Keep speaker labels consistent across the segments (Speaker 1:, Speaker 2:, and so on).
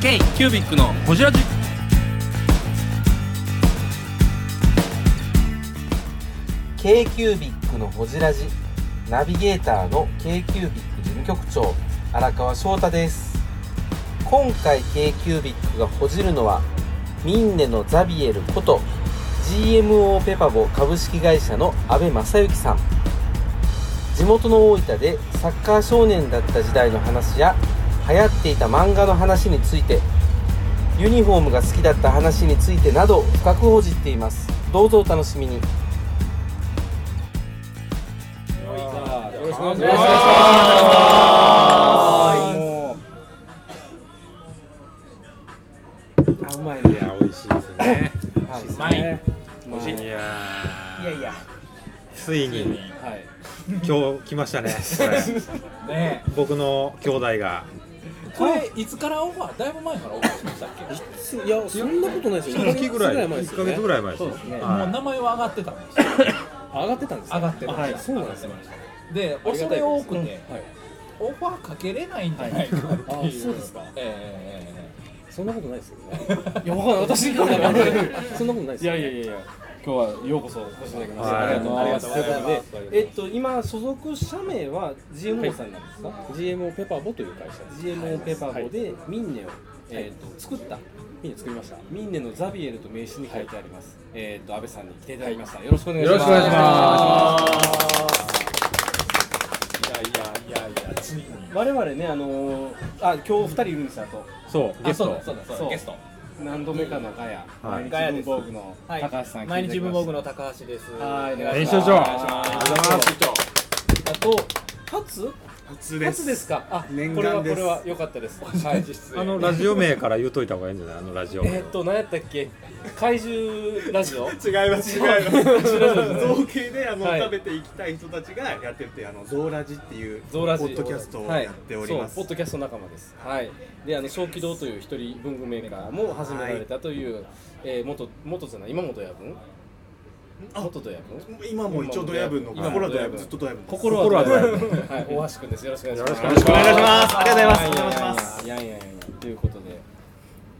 Speaker 1: K キュービックのホジラジ
Speaker 2: ー k q b i c のほじラジナビゲーターの k q b i c 事務局長荒川翔太です今回 k q b i c がほじるのはミンネのザビエルこと GMO ペパボ株式会社の阿部正幸さん地元の大分でサッカー少年だった時代の話や流行っていた漫画の話についてユニフォームが好きだった話についてなど深く報じっていますどうぞお楽しみによろしくお願いしますもうあうまいね
Speaker 3: や美味しいですね
Speaker 2: はいう
Speaker 1: まい
Speaker 2: まい
Speaker 3: いやー
Speaker 4: いやいや、
Speaker 3: ついに
Speaker 4: はい、
Speaker 3: 今日来ましたね
Speaker 4: ね
Speaker 3: 僕の兄弟が
Speaker 1: これいつからオファーだいぶ前からオファーしましたっけ
Speaker 5: いや、そんなことないですよ。
Speaker 3: 月ぐらい
Speaker 5: 前で
Speaker 3: 1
Speaker 5: す
Speaker 3: ヶ
Speaker 5: よね
Speaker 3: 月ぐらい前ですよ
Speaker 4: そうですね
Speaker 1: もう
Speaker 3: は
Speaker 1: 名前は上がってたんですよ
Speaker 5: 上がってたんです
Speaker 1: 上
Speaker 5: ね。
Speaker 1: がってました、
Speaker 5: はいそうなんです
Speaker 1: 上がって
Speaker 5: ね
Speaker 1: ましたで恐れ多くて、オファーかけれないんじゃないかっていう、
Speaker 5: はいあそうですか
Speaker 1: ええ
Speaker 5: そんなことないですよね。
Speaker 1: え
Speaker 4: いや、わかんない、私
Speaker 5: そんなことない
Speaker 4: い
Speaker 5: そんなことないですよ
Speaker 4: やいやいやいや、今日はようこそ、お越しいただきまして、
Speaker 3: はい
Speaker 4: ありがとうございます。
Speaker 5: ありがとうございます
Speaker 4: ということ
Speaker 2: え
Speaker 4: で
Speaker 2: っと今所属社名は GMO さんなんですか、
Speaker 5: GMO ペパーボという会社です。
Speaker 2: GMO ペパーボ
Speaker 5: はい
Speaker 2: でミンネを、えっと作った
Speaker 5: ミニ作りました。
Speaker 2: ミンネのザビエルと名刺に書いてあります、えっと安倍さんに来ていただきましたよろしくお願いします
Speaker 3: よろしくお願
Speaker 1: いやいやいやいやついに
Speaker 2: 我々ねあのーあ今日二人いるんですよあと
Speaker 3: いそうゲ
Speaker 1: あ
Speaker 3: ス
Speaker 1: そう
Speaker 3: ト
Speaker 1: だそうだそう
Speaker 2: そ
Speaker 1: だ
Speaker 2: う
Speaker 1: ゲスト
Speaker 2: 何度目かのガヤ、
Speaker 3: はい
Speaker 2: 毎日文房具の
Speaker 1: はい
Speaker 2: 高橋さん、
Speaker 1: 毎日文房具
Speaker 2: の
Speaker 1: の高橋です
Speaker 2: はいお願い
Speaker 3: 編
Speaker 2: し
Speaker 3: 集
Speaker 2: ます
Speaker 3: 長
Speaker 2: お
Speaker 3: あ
Speaker 2: 願いします
Speaker 3: りがとうございます
Speaker 2: あと初初ですかあ
Speaker 6: 念
Speaker 2: これは
Speaker 6: 願
Speaker 2: こ
Speaker 6: です
Speaker 2: れは良かったですはい
Speaker 3: あのラジオ名から言うといた方がいいんじゃないあのラジオ
Speaker 2: え
Speaker 3: 名
Speaker 2: ーっと何やったっけ怪獣ラジオ
Speaker 6: 違い ます違います
Speaker 2: 違います
Speaker 6: 造形であの、
Speaker 2: はい
Speaker 6: 食べていきたい人たちがやっててあのゾーラジっていう
Speaker 2: ゾーラジ
Speaker 6: ポッドキャストをやっております、
Speaker 2: はい、そうポッドキャスト仲間ですはいであの小気道という一人文具メーカーも始められたという、えー、元元じゃない今元親分
Speaker 6: あ
Speaker 2: 元と親分
Speaker 6: 今も一応ドヤ分の
Speaker 2: 今も
Speaker 6: 心はドヤ
Speaker 2: 今もドヤ分
Speaker 6: 分ずっとドヤ分です
Speaker 2: 心は
Speaker 3: 心は
Speaker 2: ド
Speaker 3: ド
Speaker 2: ヤ
Speaker 3: ヤ
Speaker 2: 分
Speaker 3: 分
Speaker 2: はい大橋君ですよろしくお願いします
Speaker 3: よろしくお願いしますありがとうございます
Speaker 6: お願いします
Speaker 2: いやいやいやいやいやということで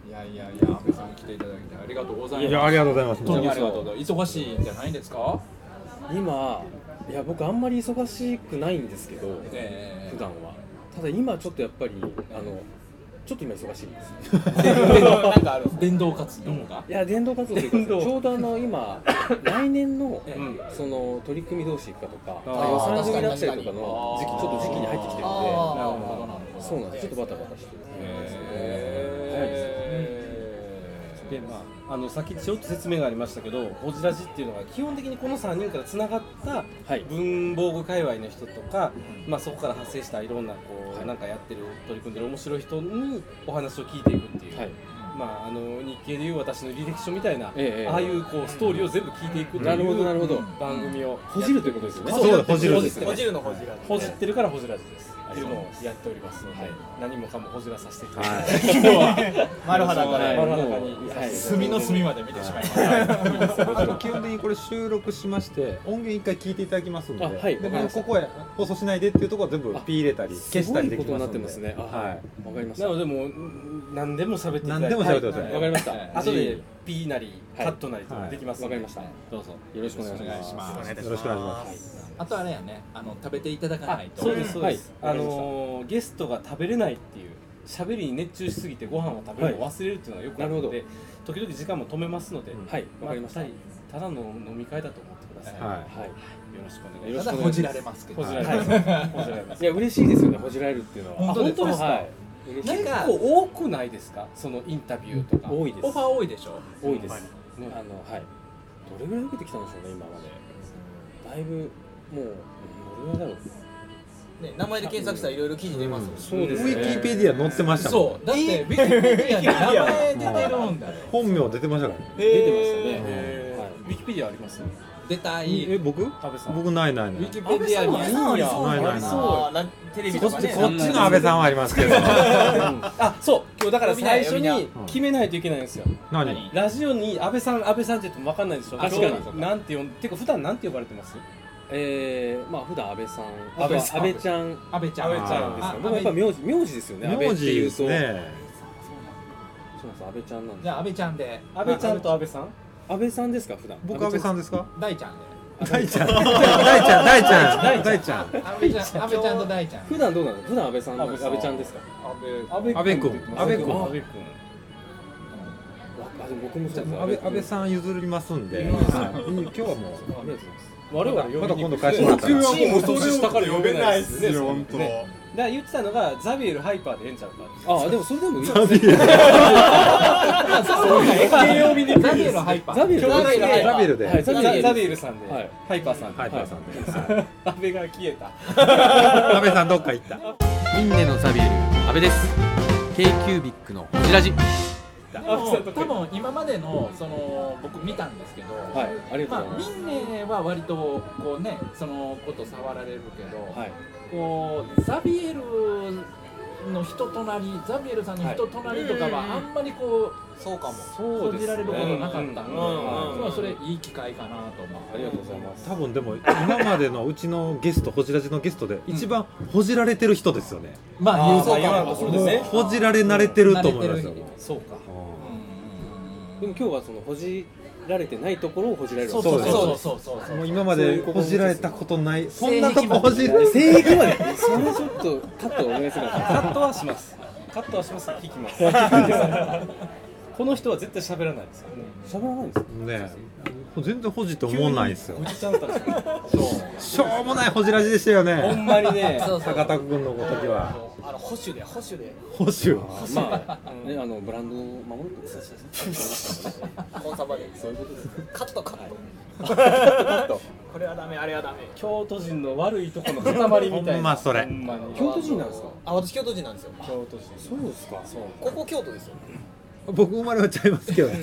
Speaker 1: いやいやいや安倍さん来ていただいてありがとうございます
Speaker 3: いやありがとうございます
Speaker 1: 本当にありがとうございます忙しいんじゃないですか
Speaker 5: 今、いや、僕あんまり忙しくないんですけど、
Speaker 1: え
Speaker 5: 普段は。ただ今ちょっとやっぱり、あの、ちょっと今忙しいです。
Speaker 1: え なんかある電動活動が
Speaker 5: いや、伝道活動というか、ちょうどあの、今、来年の、その取り組みどうしていくかとか、予算組みだったりとかの時期、ちょっと時期に入ってきて
Speaker 1: なる
Speaker 5: るんで、
Speaker 1: ほどなるほど
Speaker 5: そうなんです。ちょっとバタバタしてるんですよね。早いですね。
Speaker 1: え
Speaker 2: でまあ、あの先ちょっと説明がありましたけど「ほじラジ」っていうのが基本的にこの3人からつながった
Speaker 5: はい
Speaker 2: 文房具界隈の人とか、まあ、そこから発生したいろんなこう、
Speaker 5: はい
Speaker 2: なんかやってる取り組んでる面白い人にお話を聞いていくっていう、
Speaker 5: はい。
Speaker 2: まあ、あの日経でいう私の履歴書みたいな、
Speaker 5: ええええ
Speaker 2: ああいうこうストーリーを全部聞いていくっていう、
Speaker 5: なるほどなるほど
Speaker 2: 番組を
Speaker 5: ほじるということですよね。
Speaker 3: そうだほじるん
Speaker 2: で
Speaker 3: ですす
Speaker 2: ね
Speaker 1: ほじるのほじら
Speaker 2: ほじってるからほじラジです
Speaker 5: あ
Speaker 2: ってい
Speaker 5: り
Speaker 2: う
Speaker 5: が
Speaker 2: の
Speaker 5: とう
Speaker 2: を
Speaker 5: ございます
Speaker 2: やっておりますので、
Speaker 5: はい
Speaker 2: 何もかもほじらさせていただきます、
Speaker 3: は
Speaker 1: 丸裸
Speaker 5: はい
Speaker 1: で
Speaker 2: 丸裸に
Speaker 5: もうはい
Speaker 1: 隅の隅まで見てしまいました
Speaker 3: いあの基本的にこれ収録しまして音源一回聞いていただきますんで
Speaker 5: あはい
Speaker 3: で
Speaker 5: わかりました
Speaker 3: ここへ放送しないでっていうところは全部ピー入れたり消したりでき
Speaker 5: すごいこと
Speaker 3: ま
Speaker 5: にな
Speaker 3: す
Speaker 5: って
Speaker 3: ん
Speaker 5: ま
Speaker 3: で
Speaker 5: すね。あは。
Speaker 3: はい
Speaker 5: わかりまし
Speaker 2: な
Speaker 5: た。
Speaker 2: のでもううん何でも喋っていただいて
Speaker 3: 何でも喋ってください
Speaker 5: わかりました。
Speaker 1: はい
Speaker 2: あと
Speaker 5: 自
Speaker 2: で
Speaker 5: 由
Speaker 2: ピーなりカットなりと
Speaker 3: はい
Speaker 2: できますの
Speaker 5: わか
Speaker 2: で
Speaker 5: りました。
Speaker 2: どうぞ
Speaker 5: よろしくお願いし
Speaker 1: よろ
Speaker 5: ます。
Speaker 6: お願いいた
Speaker 3: よろしくお願いしま
Speaker 1: あとあれやねあの食べていただか
Speaker 2: あ
Speaker 1: ないと
Speaker 2: そうですそうです、
Speaker 5: はい
Speaker 2: あのーゲストが食べれないっていう喋りに熱中しすぎてご飯を食べるのを忘れるっていうのはよくあるので、
Speaker 5: はい
Speaker 2: 時々時間も止めますので、
Speaker 3: うん
Speaker 5: はい。わかりました。は。
Speaker 2: まあただの飲み会だと思ってください、
Speaker 3: はい
Speaker 2: よろしくお願い
Speaker 5: よ
Speaker 2: しま
Speaker 5: ろ
Speaker 1: た
Speaker 5: し
Speaker 1: だ
Speaker 5: くお願いします
Speaker 1: ほじられますけど
Speaker 2: すこちら
Speaker 5: はい
Speaker 2: ですこちらです
Speaker 5: いや嬉しいですよね。ほじられるっていうの
Speaker 1: 本
Speaker 5: は。
Speaker 1: 当ですか
Speaker 5: あはい。嬉しい
Speaker 1: なんか
Speaker 2: 結構多くないですかそのインタビューとか、
Speaker 5: 多いです。
Speaker 1: オファー多いでしょ
Speaker 5: 多いです。
Speaker 6: はい
Speaker 5: あのはい。どれぐらい受けてきたんでしょうね今まで。だいぶもうどれぐらいだろう。
Speaker 1: ね名前で検索したらいろいろ記事出ますもんね
Speaker 5: そうです
Speaker 3: ウ
Speaker 5: ね。
Speaker 3: ィキペディア載ってましたもん
Speaker 1: そうだってビキペディアに名前出てるんだよ
Speaker 3: 本名出てましたからね
Speaker 5: 出てましたね。
Speaker 2: えー
Speaker 5: はい
Speaker 2: ウィキペディアあります
Speaker 1: 出た
Speaker 3: え
Speaker 1: い
Speaker 3: 僕
Speaker 2: 安倍さん
Speaker 3: 僕ないない
Speaker 2: ウ
Speaker 3: ない
Speaker 2: ィキペディアに
Speaker 1: ありそう
Speaker 3: ないないない
Speaker 2: そう
Speaker 1: なテレビ
Speaker 3: こと
Speaker 1: か
Speaker 3: っち
Speaker 1: ね
Speaker 3: こっちの安倍さんはありますけど
Speaker 2: あそう今日だから最初
Speaker 1: 呼び名
Speaker 2: に決めないといけないんですよ
Speaker 3: 何
Speaker 2: ラジオに安倍さん安倍さんって言っても分かんないでしょ
Speaker 1: 確かに
Speaker 2: 今日なんて呼んてか普段なんて呼ばれてます
Speaker 5: えー、まあ普段安倍さん、
Speaker 2: 安
Speaker 5: あと
Speaker 2: 倍
Speaker 5: は
Speaker 2: さん
Speaker 5: 安倍ちゃんです
Speaker 1: 安倍ちゃん
Speaker 3: 安倍ちゃん
Speaker 5: か
Speaker 1: あ。
Speaker 5: 僕はやっぱ名字名字ですよね。安倍
Speaker 3: 名
Speaker 5: って
Speaker 3: 字
Speaker 5: い
Speaker 3: で
Speaker 5: う
Speaker 3: す
Speaker 5: と、
Speaker 3: ね
Speaker 5: そうなんです安倍ちゃんなん
Speaker 1: じ
Speaker 5: で
Speaker 1: ゃあ安倍ちゃんで
Speaker 4: 安倍ちゃんと安倍さん
Speaker 5: す安倍さんですか普段
Speaker 3: 僕安倍さんですか
Speaker 1: 大ちゃんで
Speaker 3: 大ちゃん大ちゃん大ちゃん大ちゃん
Speaker 1: 安倍ちゃん安倍ちゃんと大ちゃん
Speaker 5: 普段どうなの普段安倍さんなんです
Speaker 4: 安
Speaker 5: 安
Speaker 4: 倍さ
Speaker 5: 倍ち
Speaker 4: ん
Speaker 5: ゃんですか
Speaker 4: 安倍
Speaker 3: 安倍君安倍君
Speaker 4: 安倍君
Speaker 5: わあでも僕もそうです
Speaker 3: 安倍安倍さん譲りますんで、はい今日はもう
Speaker 5: ありがとうございます
Speaker 4: 我々
Speaker 3: また今度
Speaker 4: 返し
Speaker 3: 返してもらったら
Speaker 4: チームを年下から呼べないですね
Speaker 6: 本当。
Speaker 4: だから言ってたのがザビエルハイパーでええんちゃうか
Speaker 5: あでもそれでもいいです
Speaker 1: ザ
Speaker 5: ね
Speaker 1: ビエルハイパー
Speaker 5: ザビエル
Speaker 1: ザ
Speaker 5: は
Speaker 1: ビエルハイパー
Speaker 3: ラベルで、
Speaker 5: いザビエル
Speaker 4: ザビエルさんで、
Speaker 5: はい
Speaker 4: ハイパーさんで
Speaker 3: ハイパーさんで、
Speaker 4: 安 倍が消えた
Speaker 3: 安倍さんどっか行った
Speaker 2: ミンネのザビエル安倍です k q b ビックのホジラジ
Speaker 1: 多分多分今までのその僕見たんですけど、
Speaker 5: はいありが
Speaker 1: ま
Speaker 5: とうござ
Speaker 1: あ、
Speaker 5: いま
Speaker 1: ミ
Speaker 5: す
Speaker 1: ンネは割とこうねそのこと触られるけど、
Speaker 5: はい
Speaker 1: こうザビエルの人となりザビエルさんの人となりとかはあんまりこ
Speaker 7: そうかも
Speaker 1: う報じられることなかったんで、
Speaker 5: うん
Speaker 1: まあそれいい機会かなと思
Speaker 5: ありがとうございます
Speaker 3: 多分でも今までのうちのゲストホジラジのゲストで一番ほじられてる人ですよね、
Speaker 1: う。まあ言う
Speaker 7: そうか
Speaker 1: も
Speaker 7: も
Speaker 1: そ
Speaker 7: そうう
Speaker 1: で
Speaker 7: ですす
Speaker 1: ね。
Speaker 7: ね
Speaker 3: ほじられ慣れてると思います
Speaker 1: 慣れてる
Speaker 3: よ、
Speaker 4: そうか
Speaker 5: でも今日はそのほじられてないところをほじられる
Speaker 1: そうそう
Speaker 3: です
Speaker 1: そうそうそうそう
Speaker 3: もう今までほじられたことないそんなとこほじられて
Speaker 5: 性域までそれちょっとカットお願いするか
Speaker 4: カ
Speaker 5: ら
Speaker 4: ットはしますカットはします聞きます この人は絶対喋らないですよね
Speaker 5: 喋らないんですか
Speaker 3: ね全然ほじって思わないですよ
Speaker 4: おじちゃんたちが
Speaker 3: しょうもないほじラジでしたよ
Speaker 4: ほん
Speaker 3: ね
Speaker 4: まにね
Speaker 7: そうそう
Speaker 3: 坂田君の時は
Speaker 7: あの保守で保守で
Speaker 3: 保守
Speaker 5: まあねあのブランドを守るってことですね
Speaker 7: コンサバで
Speaker 5: そういうことです
Speaker 7: カットカットこれはダメあれはダメ
Speaker 4: 京都人の悪いとこの塊みたいな
Speaker 3: ほんまそれ
Speaker 4: ほんまに
Speaker 5: 京都人なんですか
Speaker 7: あ私京都人なんですよ
Speaker 4: 京都人
Speaker 5: そうですかそう
Speaker 7: ここ京都ですよ
Speaker 3: 僕生まれはちゃいますけど ね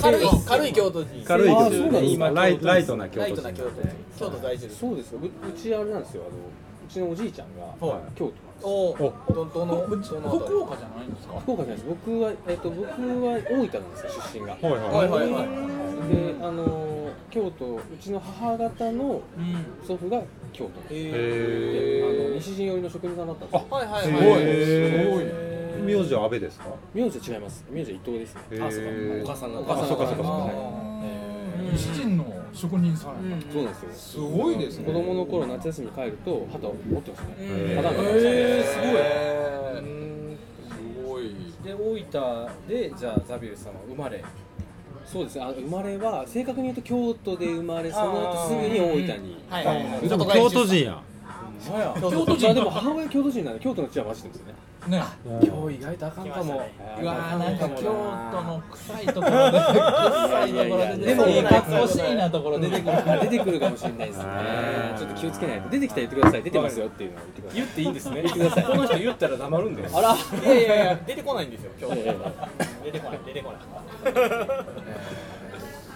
Speaker 7: 軽い軽い京都人
Speaker 3: 軽い
Speaker 5: あ
Speaker 3: け
Speaker 5: そう
Speaker 3: ど
Speaker 5: なんです
Speaker 3: ね
Speaker 5: か
Speaker 3: ライライトな京
Speaker 7: ライト
Speaker 3: 都
Speaker 7: な
Speaker 3: 人
Speaker 7: 京都京都在住です
Speaker 5: そうですよううちあれなんですよあのうちのおじいちゃんが京都
Speaker 7: おおどどのどの
Speaker 1: 福岡じゃないんですか。
Speaker 5: 福岡じゃないです僕はえっと僕は大分なんですよ出身が
Speaker 3: はい
Speaker 7: は
Speaker 3: はいい
Speaker 7: はいはい
Speaker 5: であの京都うちの母方の
Speaker 1: うん。
Speaker 5: 祖父が京都で
Speaker 7: え
Speaker 5: あ
Speaker 3: へ
Speaker 5: の西陣織の職人さんだったんですよ
Speaker 7: はいはいはい
Speaker 3: えすごい名字は安倍ですか
Speaker 5: 名字は違います名字は伊藤ですね
Speaker 3: へえ
Speaker 5: お母さんが
Speaker 7: お
Speaker 5: お母さんが
Speaker 3: そうかそうかそうか
Speaker 5: はい
Speaker 1: 西陣の職人さんや。
Speaker 5: そうなんですよ
Speaker 1: すごいです
Speaker 5: 子供の頃夏休みに帰ると旗を持ってましたね
Speaker 3: へ
Speaker 5: 旗を持ってました
Speaker 1: え
Speaker 5: ね
Speaker 1: えすごい。すご
Speaker 4: で大
Speaker 1: い。
Speaker 4: 分でじゃあザビエルさんは生まれ
Speaker 5: そうですねあ生まれは正確に言うと京都で生まれその後すぐに大分に
Speaker 7: はいはいはい
Speaker 3: でも京都人や
Speaker 5: 京都人まあでも母親京都人なんで京都の血は混じってますよね
Speaker 1: ね。
Speaker 4: 今日意外とあかんか
Speaker 7: 来ま
Speaker 4: も
Speaker 1: うわーなんか京都の臭いところで臭いところ 出てくる
Speaker 5: でも
Speaker 1: いい格好しいなところ出てくる
Speaker 5: あ出てくるかもしれないですね
Speaker 3: あー
Speaker 5: ちょっと気をつけないと出てきたら言ってください出てますよっていうのは言ってください
Speaker 4: 言っていいんですねこの人言ったら黙るんだよ
Speaker 5: あら
Speaker 7: いやいやいや出てこないんですよ京都
Speaker 5: いやいや
Speaker 7: 出てこない出てこない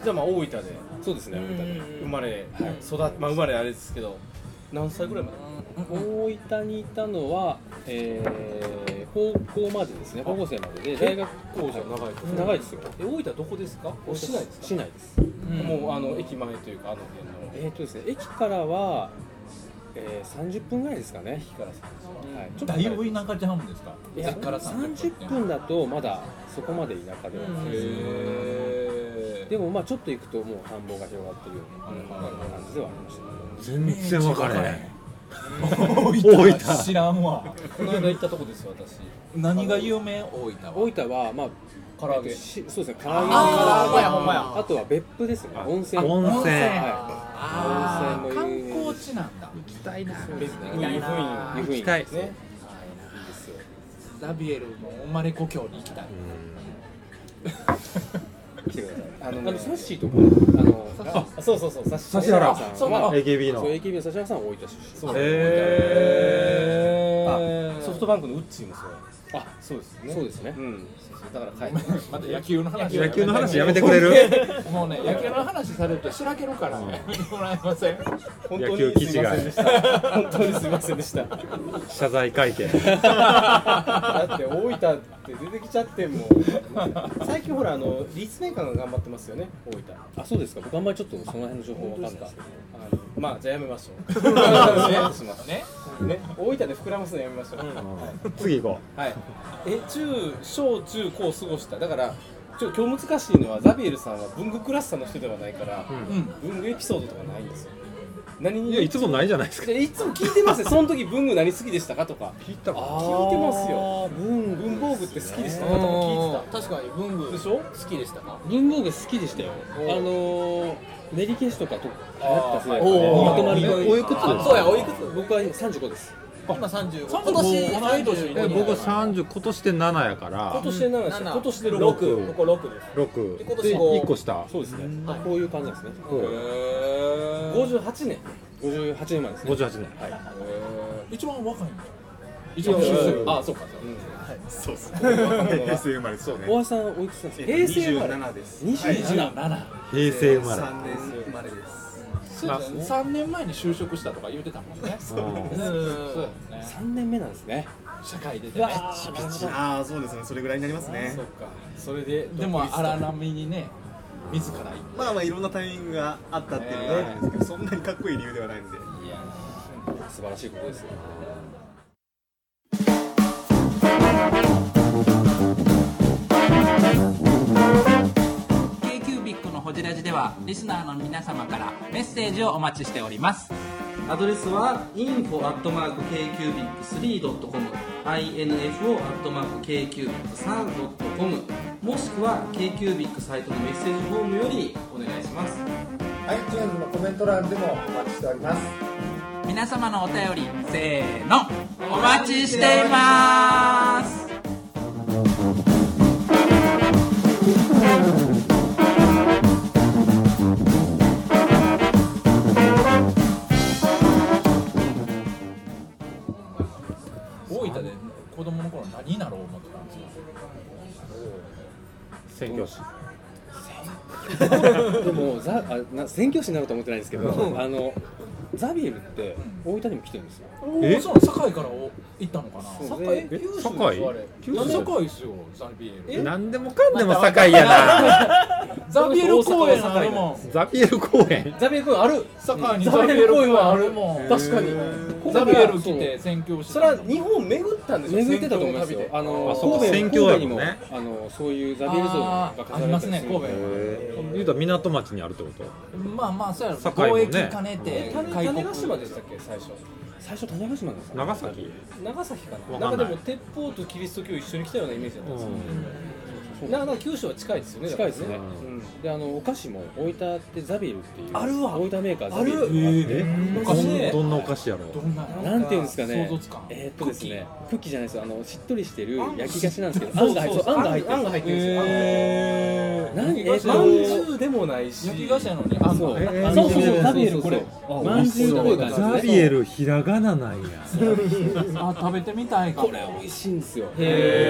Speaker 4: じゃあまあ大分で
Speaker 5: そうですね大分で
Speaker 4: 生まれ育っまあ生まれあれですけど何歳ぐらいまで
Speaker 5: 大分にいたのは、えー、高校までですね高校生までで大学
Speaker 4: こうじゃ長いと
Speaker 5: 長いですよ
Speaker 4: え大分どこですか市内ですか
Speaker 5: 市内です
Speaker 4: もうあの駅前というかあの辺の
Speaker 5: えっ、とですね駅からは、えー、30分ぐらいですかね駅から30分はいちょっと
Speaker 1: だ
Speaker 5: 離
Speaker 1: い
Speaker 5: れて
Speaker 1: ぶ田舎ちゃうんですか
Speaker 5: いや
Speaker 1: 実から
Speaker 5: 30分だとまだそこまで田舎ではないです
Speaker 1: へ
Speaker 5: でもまあちょっと行くともう田んぼが広がってるような感じではありましたね
Speaker 3: 全然分かれへん
Speaker 1: 大分知らんわ
Speaker 4: この間行ったとこですよ私
Speaker 1: 何が有名大分は
Speaker 5: 大分はまあ
Speaker 1: 唐揚げ
Speaker 5: えっとしそうですね唐揚げ
Speaker 7: あーほんまやほんまや
Speaker 5: あとは別府ですね温泉
Speaker 3: 温泉
Speaker 5: は
Speaker 1: あー
Speaker 5: 温泉
Speaker 1: 観
Speaker 5: も有名
Speaker 1: 光地なんだ
Speaker 5: いですね
Speaker 4: 湯布院
Speaker 5: 湯布
Speaker 3: 行き
Speaker 5: 院
Speaker 3: たい
Speaker 5: ね
Speaker 1: ザビエルの生まれ故郷に行きたい
Speaker 5: 来てくださいあの、サッシーとかあの
Speaker 4: あそうそうそうさ
Speaker 3: 指原
Speaker 5: さんは
Speaker 3: そう
Speaker 5: まあ
Speaker 3: AKB の
Speaker 5: そう AKB の指原さんは大分出身
Speaker 4: そう
Speaker 3: へ
Speaker 4: あソフトバンクのウッチーもそうあそうですね
Speaker 5: そうですね
Speaker 4: うんそうそうだから帰って
Speaker 1: また野球の話
Speaker 3: 野球の話やめてくれ る
Speaker 1: もうね野球の話されるとしらけるからねもらえません
Speaker 4: 本
Speaker 3: 野球記事が
Speaker 4: 本当にすみませんで しただ
Speaker 3: 謝罪会見
Speaker 4: って大分って出てきちゃってもう最近ほらあの立命館が頑張ってますよね大分
Speaker 5: あそうですか僕あんまりちょっとその辺の情報わかんないですけど
Speaker 4: あのまあじゃあやめましょうね
Speaker 1: ね
Speaker 4: 大分で膨らますのやめましょう、
Speaker 3: 次行こ
Speaker 4: はい
Speaker 5: え中小中高過ごしただからちょ今日難しいのはザビエルさんは文具クラスターの人ではないから、文具エピソードとかないんですよ何に
Speaker 3: いやいつもないじゃないですか
Speaker 5: いやいつも聞いてますよその時文具何好きでしたかとか
Speaker 3: 聞いたか
Speaker 5: 聞いてますよ
Speaker 7: 文
Speaker 5: 文房具って好きでしたかとか聞いてた
Speaker 7: 具確かに文具
Speaker 5: でしょ
Speaker 7: 好きでしたか
Speaker 5: 文房具好きでしたよあ
Speaker 7: お
Speaker 5: のー練り消しとかと流行った世代
Speaker 7: あーおー
Speaker 5: まとまる
Speaker 7: おー
Speaker 3: おいくつですか
Speaker 7: そうやおいくつ
Speaker 5: 僕は35です
Speaker 7: 今35
Speaker 1: 35
Speaker 7: 今年
Speaker 1: 同い年
Speaker 7: 35
Speaker 3: え僕は30今年で7やか
Speaker 5: 今
Speaker 3: ら
Speaker 5: 年で7でした
Speaker 7: 7
Speaker 5: 今年で6
Speaker 7: 6ここ6です
Speaker 3: 6
Speaker 7: で今年
Speaker 3: で
Speaker 7: 五
Speaker 3: 1個下
Speaker 5: そうですね
Speaker 7: はい
Speaker 5: こういう感じなんですね
Speaker 3: ほう
Speaker 5: 58年58年前ですね
Speaker 3: 58年
Speaker 1: 一番若いんだ
Speaker 5: 一応
Speaker 3: いやいやいや
Speaker 5: あそうかそうか
Speaker 6: そうっすね 平成生まれですよね
Speaker 5: 大橋さんおいくつなん
Speaker 6: え
Speaker 5: ですか
Speaker 6: っと
Speaker 5: 平成生まれ
Speaker 6: 27です
Speaker 1: 7
Speaker 5: 27
Speaker 3: 平成生ま
Speaker 6: 3年生まれです
Speaker 1: そうだね3年前に就職したとか言ってたもんね
Speaker 3: れ
Speaker 1: そうだよね
Speaker 5: 3年目なんですね
Speaker 1: 社会出てね
Speaker 6: ああそうですねそれぐらいになりますね
Speaker 5: そうかそれで
Speaker 1: でも荒波にね自ら行っ
Speaker 6: まあまあいろんなタイミングがあったっていうのがあるんですけどそんなにかっこいい理由ではないんで
Speaker 5: いや素晴らしいことですよ
Speaker 8: アドレスは info.kcubic3.com info.kcubic3.com もしくは KQBIC サイトのメッセージフォームよりお願いします
Speaker 9: iTunes のコメント欄でもお待ちしております
Speaker 10: 皆様のお便りせーのお待ちしています
Speaker 1: 大分で子供の頃何になろう思ってたんですか
Speaker 3: 宣教師
Speaker 5: でもザあな宣教師になると思ってないんですけどあのザビエルって大分にも来てるんですよ
Speaker 1: おおそうなの堺からお行ったのかな
Speaker 5: そう
Speaker 1: 堺
Speaker 5: で
Speaker 1: 九州でしょ
Speaker 3: 堺
Speaker 1: あれ
Speaker 3: 九州
Speaker 1: 堺ですよザビエル
Speaker 3: 何でもかんでも堺やな
Speaker 1: ザビエル公園あるもん
Speaker 3: ザピエル公園
Speaker 5: ザビエル君ある
Speaker 1: 堺にザビエル公園あるもん
Speaker 5: 確かに
Speaker 1: ザビエル来て宣教師
Speaker 4: それは日本巡ったんですよ
Speaker 5: 巡ってたと思いますよあの
Speaker 3: あそうか
Speaker 5: 神戸
Speaker 3: 宣教やもん
Speaker 5: 神戸にも
Speaker 3: ね
Speaker 5: あのそういうザビエル像が
Speaker 1: あーあ
Speaker 5: 飾ら
Speaker 1: り
Speaker 5: れ
Speaker 1: ま
Speaker 5: た
Speaker 1: すね神戸
Speaker 3: 言うたら港町にあるってこと
Speaker 1: まあまあそうやろ
Speaker 3: 堺もね
Speaker 1: 貿易兼ねて
Speaker 5: 種種子島でしたっけ最初最初種子島なんですか
Speaker 3: 長崎
Speaker 5: 長崎かな
Speaker 3: わかんない
Speaker 5: んかでも鉄砲とキリスト教一緒に来たようなイメージだったんですよ
Speaker 4: なかなか九州は近いですよね
Speaker 5: 近いですね、
Speaker 4: うん
Speaker 5: であのお菓子も大分ってザビエルっていう
Speaker 1: あるわ
Speaker 5: 大分メーカーザビエルっていうのがあっ
Speaker 1: おかし
Speaker 3: えど
Speaker 5: て
Speaker 1: い
Speaker 3: ん
Speaker 1: ね
Speaker 3: どんなお菓子やろ
Speaker 1: どんなの
Speaker 5: なんていうんですかね
Speaker 1: 想像つかん
Speaker 5: えーっとですねクッキーじゃないですよあのしっとりしてる
Speaker 1: あん
Speaker 5: 焼き菓子なんですけど
Speaker 1: そ
Speaker 5: あ
Speaker 1: うん
Speaker 5: が入ってる
Speaker 1: そう
Speaker 5: あんが入ってる
Speaker 4: あんが入ってるんですよ
Speaker 1: え
Speaker 5: なんえーっと
Speaker 4: まんじゅうでもないし
Speaker 1: 焼き菓子やのにあん
Speaker 5: そう
Speaker 1: の
Speaker 5: あそうそうそうザビエル
Speaker 1: こ
Speaker 5: こ
Speaker 1: れ
Speaker 5: れまんじゅうっぽい感じ
Speaker 3: ザビエルひらがななんや
Speaker 1: あ食べてみたいかも
Speaker 5: これ美味しいんですよ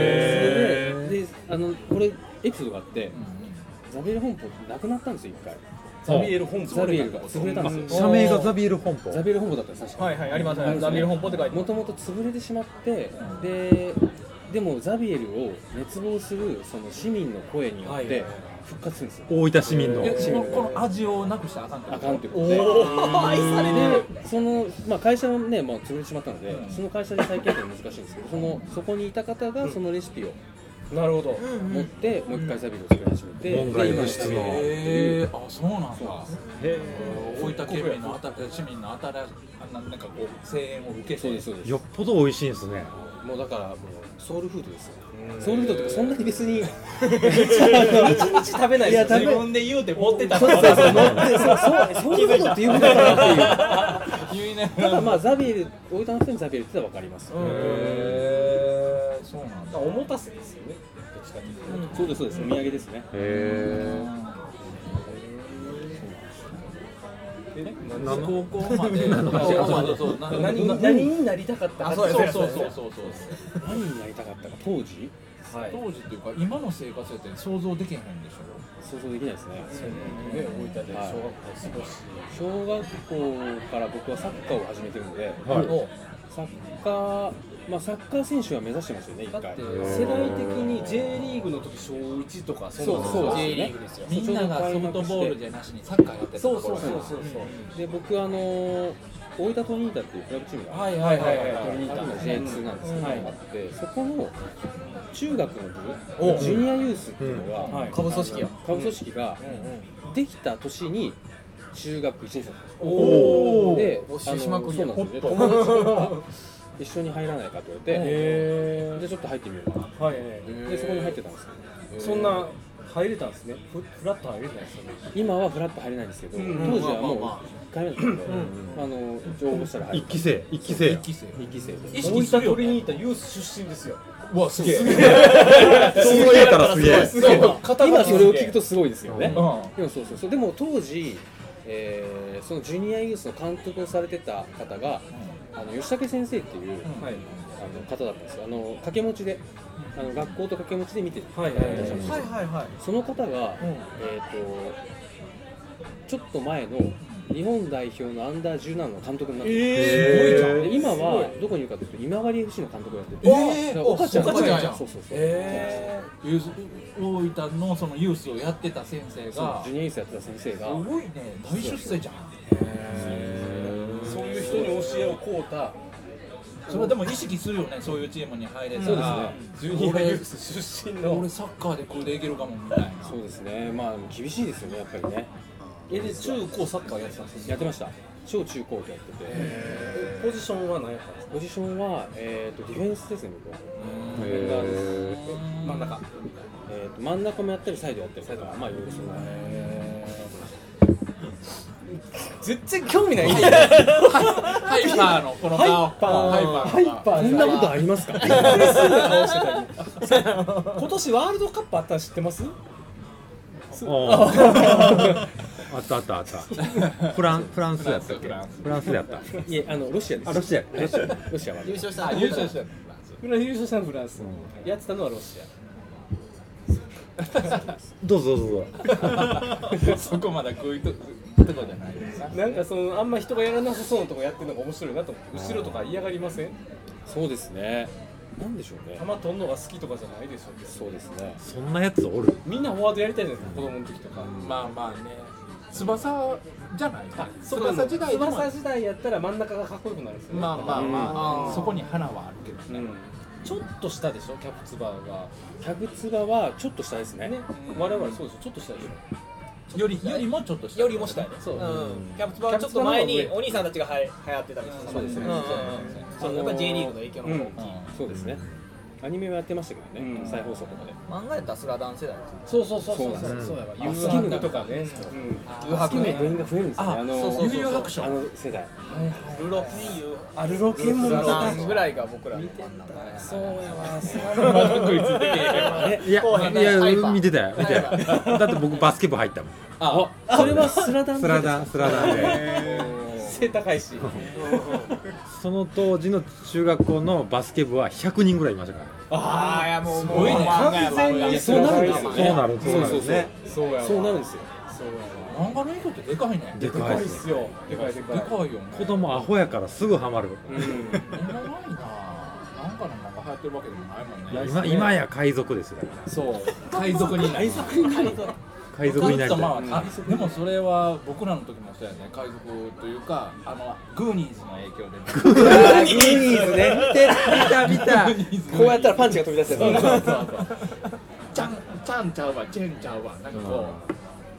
Speaker 5: へえでであのこれエピソードがあってザビエル本舗なくなったんですよ一回
Speaker 3: ザ
Speaker 4: ビエル本
Speaker 5: ザビエルが潰れたんですよ
Speaker 3: 社名がザビエル本舗
Speaker 5: ザビエル本舗だったんです確か
Speaker 7: はいはいありますね
Speaker 5: あるんです
Speaker 7: ザビエル本舗って書いて
Speaker 5: もともと潰れてしまってででもザビエルを熱望するその市民の声によ
Speaker 7: は
Speaker 5: っ
Speaker 7: いはい
Speaker 5: て
Speaker 7: はい
Speaker 5: 復活するんですよ、
Speaker 3: 大分市民の
Speaker 1: えこのこの味をなくしてあかんってこと
Speaker 5: あかんってことで
Speaker 7: お愛される
Speaker 5: でその、まあ、会社もね、まあ、潰れてしまったので、その会社で再建っていうのは難しいんですけどそのそこにいた方がそのレシピを
Speaker 7: なるほど
Speaker 5: 持って、もう一回ザビエルを作り始めて、
Speaker 3: 門外不出の
Speaker 1: へえあそうなんだ
Speaker 3: へ
Speaker 1: 大分県民の新市民の新しあなんなんかこう声援を受け
Speaker 5: そう
Speaker 1: て
Speaker 5: ですそうで
Speaker 3: え
Speaker 5: す
Speaker 3: よっぽど美味しいんですね
Speaker 5: もうだからもうソウルフードですよソウルフードってかそんなに別 に一日食べないですよね
Speaker 7: 自分で言うて持ってた
Speaker 5: そう
Speaker 7: から
Speaker 5: そうそう乗ってそうそうそういうことっていうことかなっていう
Speaker 1: 言いなが
Speaker 5: ただ
Speaker 1: ら
Speaker 5: まあザビエル大分の人にザビエルって言ったら分かります、
Speaker 1: へえそうなんだ
Speaker 4: おもたせですよね
Speaker 5: そうですそうですお土産ですね
Speaker 3: へ
Speaker 1: 高校まで高校までそう何
Speaker 4: 何に何になりたかったか
Speaker 1: そうそうそうそうそうそう
Speaker 5: 何になりたかったか当時
Speaker 4: はい
Speaker 1: 当時っていうか今の生活やって想像できへんでしょ
Speaker 5: 想像できないですね
Speaker 4: ね大分で
Speaker 5: はい
Speaker 4: 小学校
Speaker 5: 小学校から僕はサッカーを始めてるので、
Speaker 3: えはい
Speaker 5: サッカーまあサッカー選手は目指してましたよね一
Speaker 4: だっ
Speaker 5: 回
Speaker 4: て世代的に J リーグの時小1とか
Speaker 5: そう
Speaker 4: なん
Speaker 5: そうですよ
Speaker 1: J リ
Speaker 5: ね
Speaker 1: ーグですよ
Speaker 5: そう
Speaker 1: みんながソフトボールじゃなしにサッカーやってた
Speaker 5: そう
Speaker 1: と
Speaker 5: そ
Speaker 1: こ
Speaker 5: う
Speaker 1: ろ
Speaker 5: そうそうそうで僕あのー大分トリニータっていうクラブチームが
Speaker 1: はいはいはいはい
Speaker 5: トリニータの J2 なんですけど、
Speaker 1: はい
Speaker 5: あってそこの中学の
Speaker 1: お
Speaker 5: 部ジュニアユースっていうのが、
Speaker 1: 下部組織や
Speaker 5: 下部組織ができた年に中学1年生だったんですよ
Speaker 1: おお
Speaker 5: で
Speaker 1: 募集しまくり
Speaker 5: あ
Speaker 1: や
Speaker 5: のそ
Speaker 1: ほ
Speaker 5: うなんですよね
Speaker 1: っと
Speaker 5: 友達が一緒に入らないかって言われてでちょっと入ってみようかな
Speaker 4: はいはい
Speaker 5: でそこに入ってたんですよ
Speaker 4: そんな入れたんですねふフラット入れたんですよね
Speaker 5: 今はフラッと入れないんですけど、
Speaker 4: うん
Speaker 5: 当時はもう1回目だったんで、あの情報したら入
Speaker 3: 一
Speaker 5: る
Speaker 3: 期生一期生や
Speaker 1: 期生
Speaker 5: 一期生で
Speaker 4: 大
Speaker 1: 意識す
Speaker 4: 分
Speaker 1: るよ
Speaker 4: トリニータユース出身ですよ
Speaker 1: うわすげえ
Speaker 3: そう言えたらすげえ
Speaker 4: すげえわ
Speaker 5: 今それを聞くとすごいですよね、
Speaker 1: うん
Speaker 5: でもそうそうそうでも当時、えーそのジュニアユースの監督をされてた方が、あの吉武先生っていう、
Speaker 1: はい
Speaker 5: あの方だったんですよあの掛け持ちであの学校と掛け持ちで見てて
Speaker 4: はいはいはい
Speaker 1: はいはいはい
Speaker 5: その方が、
Speaker 1: うん
Speaker 5: えー、とちょっと前の日本代表のアンダー17の監督になってた
Speaker 3: えーすごいじゃん
Speaker 5: で今はどこにいるかというと今治 FC の監督をやってて、
Speaker 1: えー
Speaker 5: だから岡ちゃん
Speaker 1: 岡ちゃんや
Speaker 5: そうそうそう、
Speaker 1: ええ大分のそのユースをやってた先生
Speaker 5: そう
Speaker 1: が
Speaker 5: ジュニアユースやってた先生
Speaker 1: す
Speaker 5: が
Speaker 1: ごいね大出世じゃん
Speaker 4: そういう人に教えをこうた
Speaker 1: それはでも意識するよねそういうチームに入れた
Speaker 5: そうです
Speaker 1: ら
Speaker 5: ね
Speaker 4: ジュニアユース出身の
Speaker 1: 俺サッカーでこれでいけるかもみたいな
Speaker 5: そうですね、まあでも厳しいですよね、やっぱりね。
Speaker 4: えで中高サッカーやってたんです
Speaker 5: やってました、小中高とやってて、
Speaker 4: ポジションは何やったんですか
Speaker 5: ポジションは、えー、とディフェンスですね、僕は。ディフェンダーです。
Speaker 4: 真ん中
Speaker 5: えー、と真ん中もやったり、サイドやったり、サイドもまあ、いろいろその。
Speaker 4: 全然興味ない
Speaker 1: ハイパーのこの顔ハイパーの顔
Speaker 4: こんなことありますか今年ワールドカップあったの知ってます
Speaker 3: ああったあったあった フランフランスやったっけ
Speaker 1: フラン
Speaker 3: フランスやった
Speaker 5: いえ、あのロシアです。
Speaker 3: あロシアロシア
Speaker 5: ロシアは。
Speaker 6: 優勝した
Speaker 1: 優勝した
Speaker 4: フラ優勝したのフランス、やってたのはロシ
Speaker 3: どうぞどうぞ
Speaker 1: そこまだこういうとこじゃないです
Speaker 4: アなんかそのあんま人がやらなさそうなとこやってるのが面白いなと思って後ろとか嫌がりません
Speaker 5: そうですね。なんでしょうね。
Speaker 4: 球取んのが好きとかじゃないでしょうけど
Speaker 5: そうですね。
Speaker 3: そんなやつおる
Speaker 4: みんなフォワードやりたいじゃないですか子供の時とか
Speaker 1: まあまあね翼じゃない
Speaker 4: 翼
Speaker 1: 翼
Speaker 4: 時
Speaker 1: 時
Speaker 4: 代
Speaker 1: 代でも
Speaker 4: 翼時代やったら真ん中がかっこよくなるんですよね
Speaker 1: まあまあま
Speaker 6: う
Speaker 1: あ
Speaker 6: ん
Speaker 1: そこに花はあるけど
Speaker 4: うんちょっと下でしょキャプツバーが
Speaker 5: キャブツバはちょっと下ですね。
Speaker 4: ね我々そうですよちょっと下でしょ
Speaker 1: よりよりもちょっと
Speaker 7: よりもしたいね
Speaker 4: そう
Speaker 7: キャプツバはちょっと前にお兄さんたちがはや流行ってたりして
Speaker 5: そうですね
Speaker 7: んんそうやっぱり J リーグの影響の方が大きい
Speaker 5: そうですね。アニメはやってましたけどね、
Speaker 4: うん
Speaker 5: 再放送とかで。
Speaker 7: 漫画やったらスラダン世代ですよ
Speaker 4: そうそうそうそう
Speaker 5: そうなん
Speaker 3: です
Speaker 4: そうやわ
Speaker 5: あ
Speaker 4: ユーアンダとかね
Speaker 7: 誘
Speaker 5: 好
Speaker 7: 白
Speaker 5: きな
Speaker 7: ね
Speaker 5: 部員が増えるんですね。
Speaker 1: あ
Speaker 7: そうそうそ
Speaker 5: の
Speaker 7: うそう
Speaker 1: 白書
Speaker 5: あの世代。
Speaker 7: ルロケンユ
Speaker 4: アルロケ
Speaker 7: ー
Speaker 4: ンも
Speaker 7: スラ
Speaker 4: ま
Speaker 7: ダ
Speaker 4: た
Speaker 7: ンぐらいが僕ら見て
Speaker 5: そうやわ。
Speaker 3: いや
Speaker 7: 後編
Speaker 3: い
Speaker 7: ねハイパ
Speaker 3: や
Speaker 7: ー
Speaker 3: 見てたよ見てたよ
Speaker 7: ハイ
Speaker 3: だって僕バスケ部入ったもん
Speaker 5: あ、それはスラダン
Speaker 3: スラダンスラダンで
Speaker 4: 背高いし
Speaker 3: その当時の中学校のバスケ部は100人ぐらいいましたから
Speaker 7: ああいやもうもう
Speaker 1: ごいね
Speaker 7: 漫画や漫画
Speaker 5: いや
Speaker 7: や
Speaker 5: そうなるんですよね
Speaker 3: そうなるそうなるね
Speaker 4: そうやわ
Speaker 5: そうなるんですよ
Speaker 1: 漫画の影響ってでかいね
Speaker 3: で
Speaker 4: でか
Speaker 3: かい
Speaker 4: いっ
Speaker 3: です
Speaker 4: すよでかいで
Speaker 1: で
Speaker 4: かい
Speaker 1: かいよね
Speaker 3: 子供アホやからすぐハマる
Speaker 1: ほんまないななんかの漫画流行ってるわけでもないもんね
Speaker 3: 今今や海賊ですよだから
Speaker 1: そう海賊になる
Speaker 3: 海賊になりたい
Speaker 1: まあ、あでもそれは僕らの時もそうやね海賊というかあのグーニーズの影響でグー
Speaker 5: グーニーズね見て見た見た
Speaker 1: ニーズ
Speaker 5: こうやったらパンチが飛び出せ
Speaker 1: そうそう
Speaker 5: る
Speaker 1: そうそうちゃんちゃんちゃうわチェンちゃうわなんかこう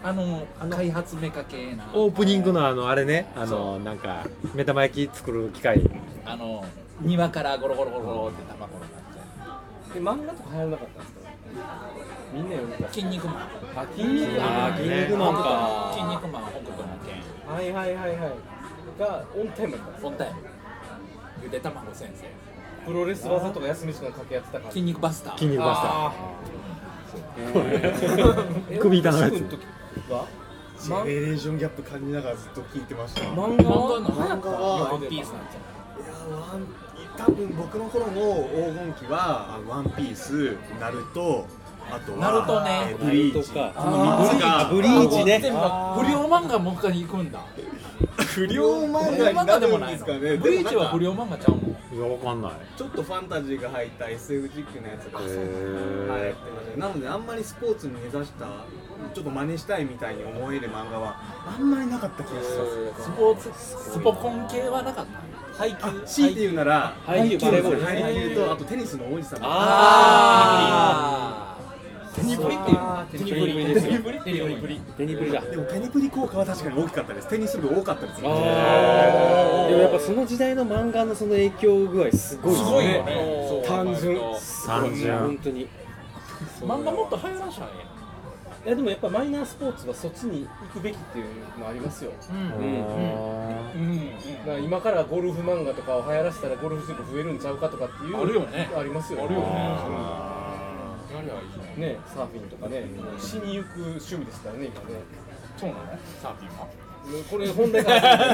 Speaker 1: あの開発メカ系な
Speaker 3: オープニングのあのあれねあのなんか目玉焼き作る機械
Speaker 1: あの庭からゴロゴロゴロゴロって卵の感
Speaker 4: で漫画とか流行らなかったんですかみんな読んでた
Speaker 1: じ筋肉マン
Speaker 4: あ筋肉
Speaker 5: あーキングマンか
Speaker 1: 筋肉マン北斗の拳
Speaker 4: はいはいはいはいがオンタイムだったんです
Speaker 1: 本体ゆで卵先生
Speaker 4: プロレス技とか休み時間かけやってたから
Speaker 1: 筋肉バスター
Speaker 3: 筋肉バスター首痛のやつ
Speaker 4: は
Speaker 6: ジェネレーションギャップ感じながらずっと聞いてましたいや
Speaker 4: 漫画
Speaker 1: 漫画の
Speaker 6: 漫画は
Speaker 4: ワンピースなんじ
Speaker 6: ワン多分僕の頃の黄金期はあワンピースナルトあとは
Speaker 1: ナルトね
Speaker 6: えブリーチ
Speaker 5: とか
Speaker 6: この三つが
Speaker 5: ブリーチね
Speaker 1: 全部不良漫画もう一回行くんだ
Speaker 6: 不良漫画になるんですかね
Speaker 1: ブリーチは不良漫画ちゃうもん
Speaker 3: いやわかんない
Speaker 6: ちょっとファンタジーが入った SF チックなやつが
Speaker 3: へ
Speaker 6: 流
Speaker 3: ー
Speaker 6: 行ってましたなのであんまりスポーツに根ざしたちょっと真似したいみたいに思える漫画はあんまりなかった気がします
Speaker 1: スポーツスポコン系はなかった配
Speaker 6: あ強いて言うなら
Speaker 1: 配球
Speaker 6: 配球
Speaker 1: バレーボール
Speaker 6: 配球とあとテニスの王子様
Speaker 1: あ
Speaker 6: テニプリっていうの
Speaker 5: テニプリですよ
Speaker 6: テニプリっていうの
Speaker 5: テニプリだ
Speaker 6: でもテニプリ効果は確かに大きかったですテニス部多かったです
Speaker 5: あーでもやっぱその時代の漫画のその影響具合すごいですす
Speaker 1: ごいよ
Speaker 5: ね
Speaker 1: ね
Speaker 5: 単純
Speaker 3: 単純
Speaker 5: 本当にい
Speaker 1: 漫画もっと流行らしゃ
Speaker 5: やでもやっぱマイナースポーツはそっちに行くべきっていうのありますよ
Speaker 1: えん
Speaker 3: うん
Speaker 1: うんうん
Speaker 5: だから今からゴルフ漫画とかを流行らせたらゴルフ人口増えるんちゃうかとかっていう
Speaker 1: あるよね
Speaker 5: ありますよね
Speaker 1: あるよね
Speaker 5: うんねサーフィンとかね死にゆく趣味ですからね今ね
Speaker 1: そうなのサーフィンは
Speaker 5: これ本題から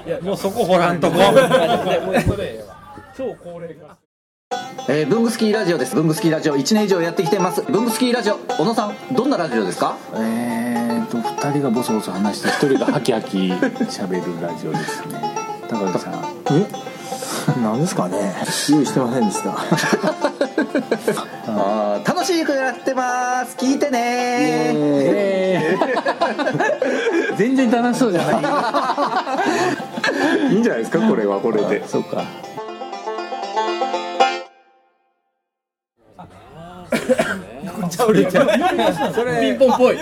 Speaker 5: いや
Speaker 3: もうそこほらん とこ
Speaker 5: もうそれええわ超高齢化
Speaker 11: えー、ブングスキーラジオですブングスキーラジオ1年以上やってきてますブングスキーラジオ小野さんどんなラジオですかえーと2人がボソボソ話して1人がハキハキ喋るラジオですね高橋さんえなんですかね用意してませんでした あー楽しい曲やってます聞いてね全然楽しそうじゃないいいんじゃないですかこれはこれでそうか
Speaker 3: それそれ
Speaker 5: ポンぽい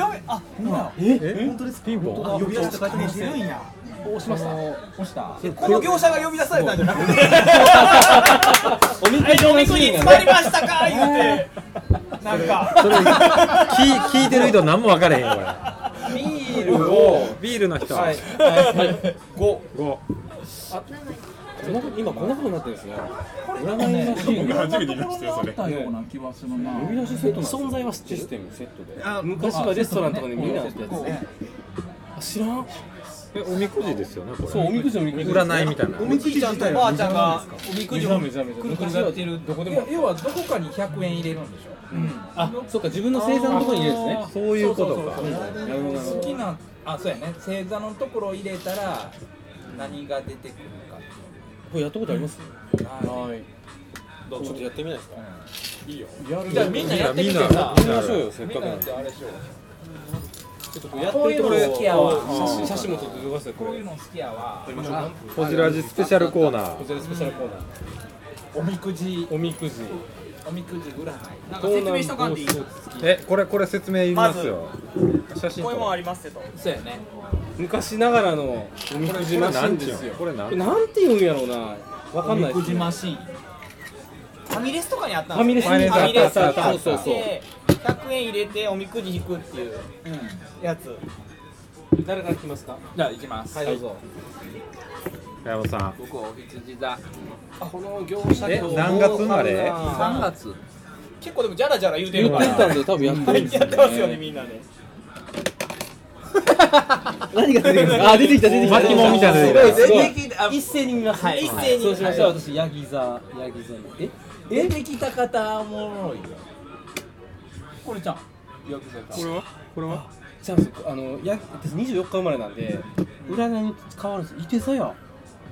Speaker 3: え本当ですピンポン
Speaker 7: 呼び出した感じるんや
Speaker 5: 押しました
Speaker 7: この業者が呼び出されたんじゃなくて
Speaker 5: おみくじのシーンが
Speaker 7: なりましたか言ってなんか
Speaker 3: それ聞聞いてる人何も分かれへんよこ
Speaker 5: ビールを
Speaker 3: れビールの人
Speaker 5: はい
Speaker 3: 五五
Speaker 5: 今こんなことになってるんですね
Speaker 10: なんね
Speaker 6: 僕初めて見ましたよそれ
Speaker 10: あったような気はするな
Speaker 5: 呼び出しセット存在はシステムセットで
Speaker 6: あ
Speaker 5: 昔はレストランとかでみんなやったやつねあ知らん
Speaker 3: えおみくじですよねこれ
Speaker 5: そうおみくじおみくじ
Speaker 3: 占いみたいな
Speaker 6: おみくじ
Speaker 7: ちゃん
Speaker 6: 自
Speaker 7: と
Speaker 6: 体
Speaker 7: ばあ
Speaker 6: は
Speaker 7: ちゃんが
Speaker 1: おみく
Speaker 5: め
Speaker 1: じ
Speaker 5: ち
Speaker 1: を
Speaker 5: ゃめちゃめちゃ昔
Speaker 1: や
Speaker 5: は
Speaker 1: ってる
Speaker 5: どこでも
Speaker 1: 要
Speaker 5: あった
Speaker 1: 要はどこかに100円入れるんでしょ
Speaker 5: あそうか自分の星座のところにいるんですね
Speaker 3: そういうことか
Speaker 1: そうそうそうそう
Speaker 5: なるほどなるほど
Speaker 1: 好きなあそうやね星座のところを入れたら何が出てくるかっていう
Speaker 5: これやったことありますはい
Speaker 1: どう
Speaker 5: ちょっとやってみないですかいいよ
Speaker 1: じゃあみんなやってみてさ
Speaker 5: やりましょうよせっかくなんで
Speaker 1: あれしよう
Speaker 5: ちょっとこうやっ
Speaker 1: こう
Speaker 5: て
Speaker 1: い
Speaker 5: る
Speaker 1: う
Speaker 5: と
Speaker 1: の
Speaker 5: こ
Speaker 1: 好きやわ
Speaker 5: 写真写真も撮ってくださいこ
Speaker 1: こう
Speaker 5: れ
Speaker 1: いうの好きやわ
Speaker 3: ホジラジスペシャルコーナー
Speaker 5: こちらスペシャルコーナー
Speaker 1: おみくじ
Speaker 5: おみくじ
Speaker 1: おみくじ占い
Speaker 7: なんか説明しとかんでいい
Speaker 3: えこれこれ説明いりますよ写真
Speaker 7: こうい
Speaker 3: 撮る
Speaker 7: うもんありますけど
Speaker 1: そうやね
Speaker 5: 昔ながらのおみくじマシンですよ
Speaker 3: これなんていう
Speaker 5: これ
Speaker 3: の
Speaker 5: なんて言うんやろうなわかんない
Speaker 1: おみ
Speaker 5: で
Speaker 1: く
Speaker 5: す
Speaker 1: じ
Speaker 5: ね
Speaker 1: マシーン
Speaker 7: ファミレスとかにあった
Speaker 5: ファ
Speaker 7: ん
Speaker 5: ミ
Speaker 7: で
Speaker 5: レス
Speaker 7: すね
Speaker 3: ファミレス
Speaker 7: ファミレス
Speaker 3: あったあったあ
Speaker 7: に
Speaker 3: った
Speaker 7: あって100円入れておみくじ引くっていうやつ
Speaker 5: 誰から来ますか
Speaker 1: じゃあ行きます
Speaker 5: はいどうぞ
Speaker 3: 加山さん
Speaker 1: 僕お羊座
Speaker 5: この業者
Speaker 3: え何月生まれ
Speaker 1: 3
Speaker 5: や
Speaker 1: 月
Speaker 7: 結構でもジャラジャラ言うて
Speaker 3: 言
Speaker 7: る
Speaker 3: っ
Speaker 7: か
Speaker 3: て
Speaker 7: ら
Speaker 5: ったんで多 分やってるんですよ
Speaker 7: やってますよねみんなね
Speaker 5: 何が出てきたあ出てきた出てきた
Speaker 3: 巻物みたいなの出てきた
Speaker 5: すごい
Speaker 7: 一斉に見ますね一斉に
Speaker 5: そうしましょう私ヤギ座ヤギ座
Speaker 1: 出
Speaker 5: え
Speaker 1: てきた方おもろいよこれちゃん
Speaker 5: これはこれはチャンスあのや私24日生まれなんで占いに変わるんですいて座や